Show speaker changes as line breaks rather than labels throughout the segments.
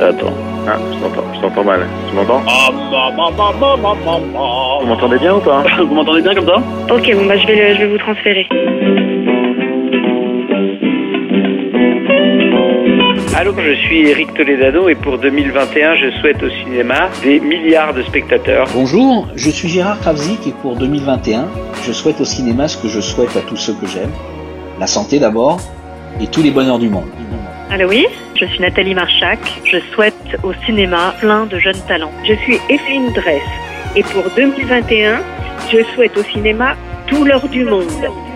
Attends. Ah, je t'entends, je t'entends mal. Tu m'entends Oh, Vous
Vous
m'entendez bien ou pas
m'entendez bien comme ça
Ok, bon, bah, je vais, le- je vais vous transférer.
Allô, je suis Eric Toledano et pour 2021, je souhaite au cinéma des milliards de spectateurs.
Bonjour, je suis Gérard Kravzik et pour 2021, je souhaite au cinéma ce que je souhaite à tous ceux que j'aime. La santé d'abord et tous les bonheurs du monde.
Allô, oui Je suis Nathalie Marchac. Je souhaite au cinéma plein de jeunes talents.
Je suis Evelyne Dress et pour 2021, je souhaite au cinéma tout l'or du monde.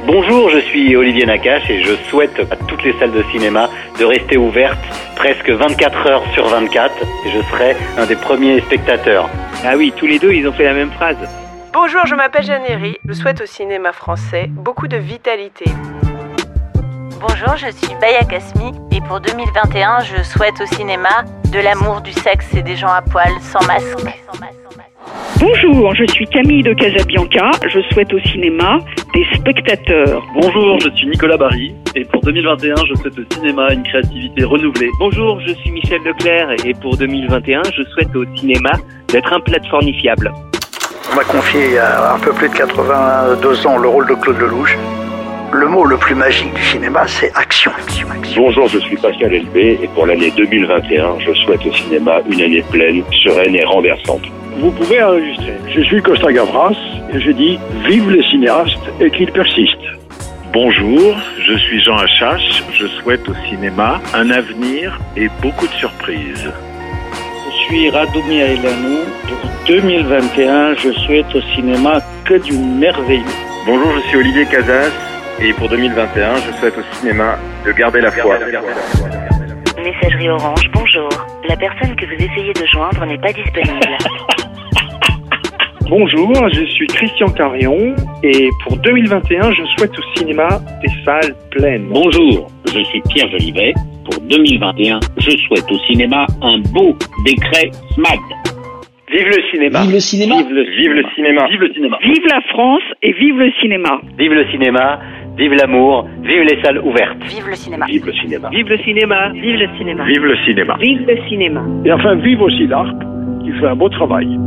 Bonjour, je suis Olivier Nakache et je souhaite à toutes les salles de cinéma de rester ouvertes presque 24 heures sur 24 et je serai un des premiers spectateurs. Ah oui, tous les deux, ils ont fait la même phrase.
Bonjour, je m'appelle Janéry. Je souhaite au cinéma français beaucoup de vitalité.
Bonjour, je suis Baya Kasmi et pour 2021, je souhaite au cinéma de l'amour, du sexe et des gens à poil sans masque.
Bonjour, je suis Camille de Casabianca. Je souhaite au cinéma des spectateurs.
Bonjour, je suis Nicolas Barry et pour 2021, je souhaite au cinéma une créativité renouvelée.
Bonjour, je suis Michel Leclerc et pour 2021, je souhaite au cinéma d'être un plateformifiable.
On m'a confié il y a un peu plus de 82 ans le rôle de Claude Lelouch. Le mot le plus magique du cinéma, c'est action. action, action.
Bonjour, je suis Pascal Elbé et pour l'année 2021, je souhaite au cinéma une année pleine, sereine et renversante.
Vous pouvez enregistrer. Je suis Costa Gavras et je dis vive les cinéastes et qu'ils persistent.
Bonjour, je suis Jean Achache. Je souhaite au cinéma un avenir et beaucoup de surprises.
Je suis Radomir Elano. Pour 2021, je souhaite au cinéma que du merveilleux.
Bonjour, je suis Olivier Casas et pour 2021, je souhaite au cinéma de garder la foi.
Messagerie Orange, bonjour. La personne que vous essayez de joindre n'est pas disponible.
Bonjour, je suis Christian Carion et pour 2021, je souhaite au cinéma des salles pleines.
Bonjour, je suis Pierre Jolivet. Pour 2021, je souhaite au cinéma un beau décret SMAD.
Vive le cinéma
Vive le cinéma
le,
Vive le cinéma.
Vive le cinéma.
Vive la France et vive le cinéma.
Vive le cinéma, vive l'amour, vive les salles ouvertes.
Vive le cinéma.
Vive le cinéma.
Vive le cinéma
Vive le cinéma.
Vive le cinéma.
Vive le cinéma.
Et enfin, vive aussi l'ARP qui fait un beau travail.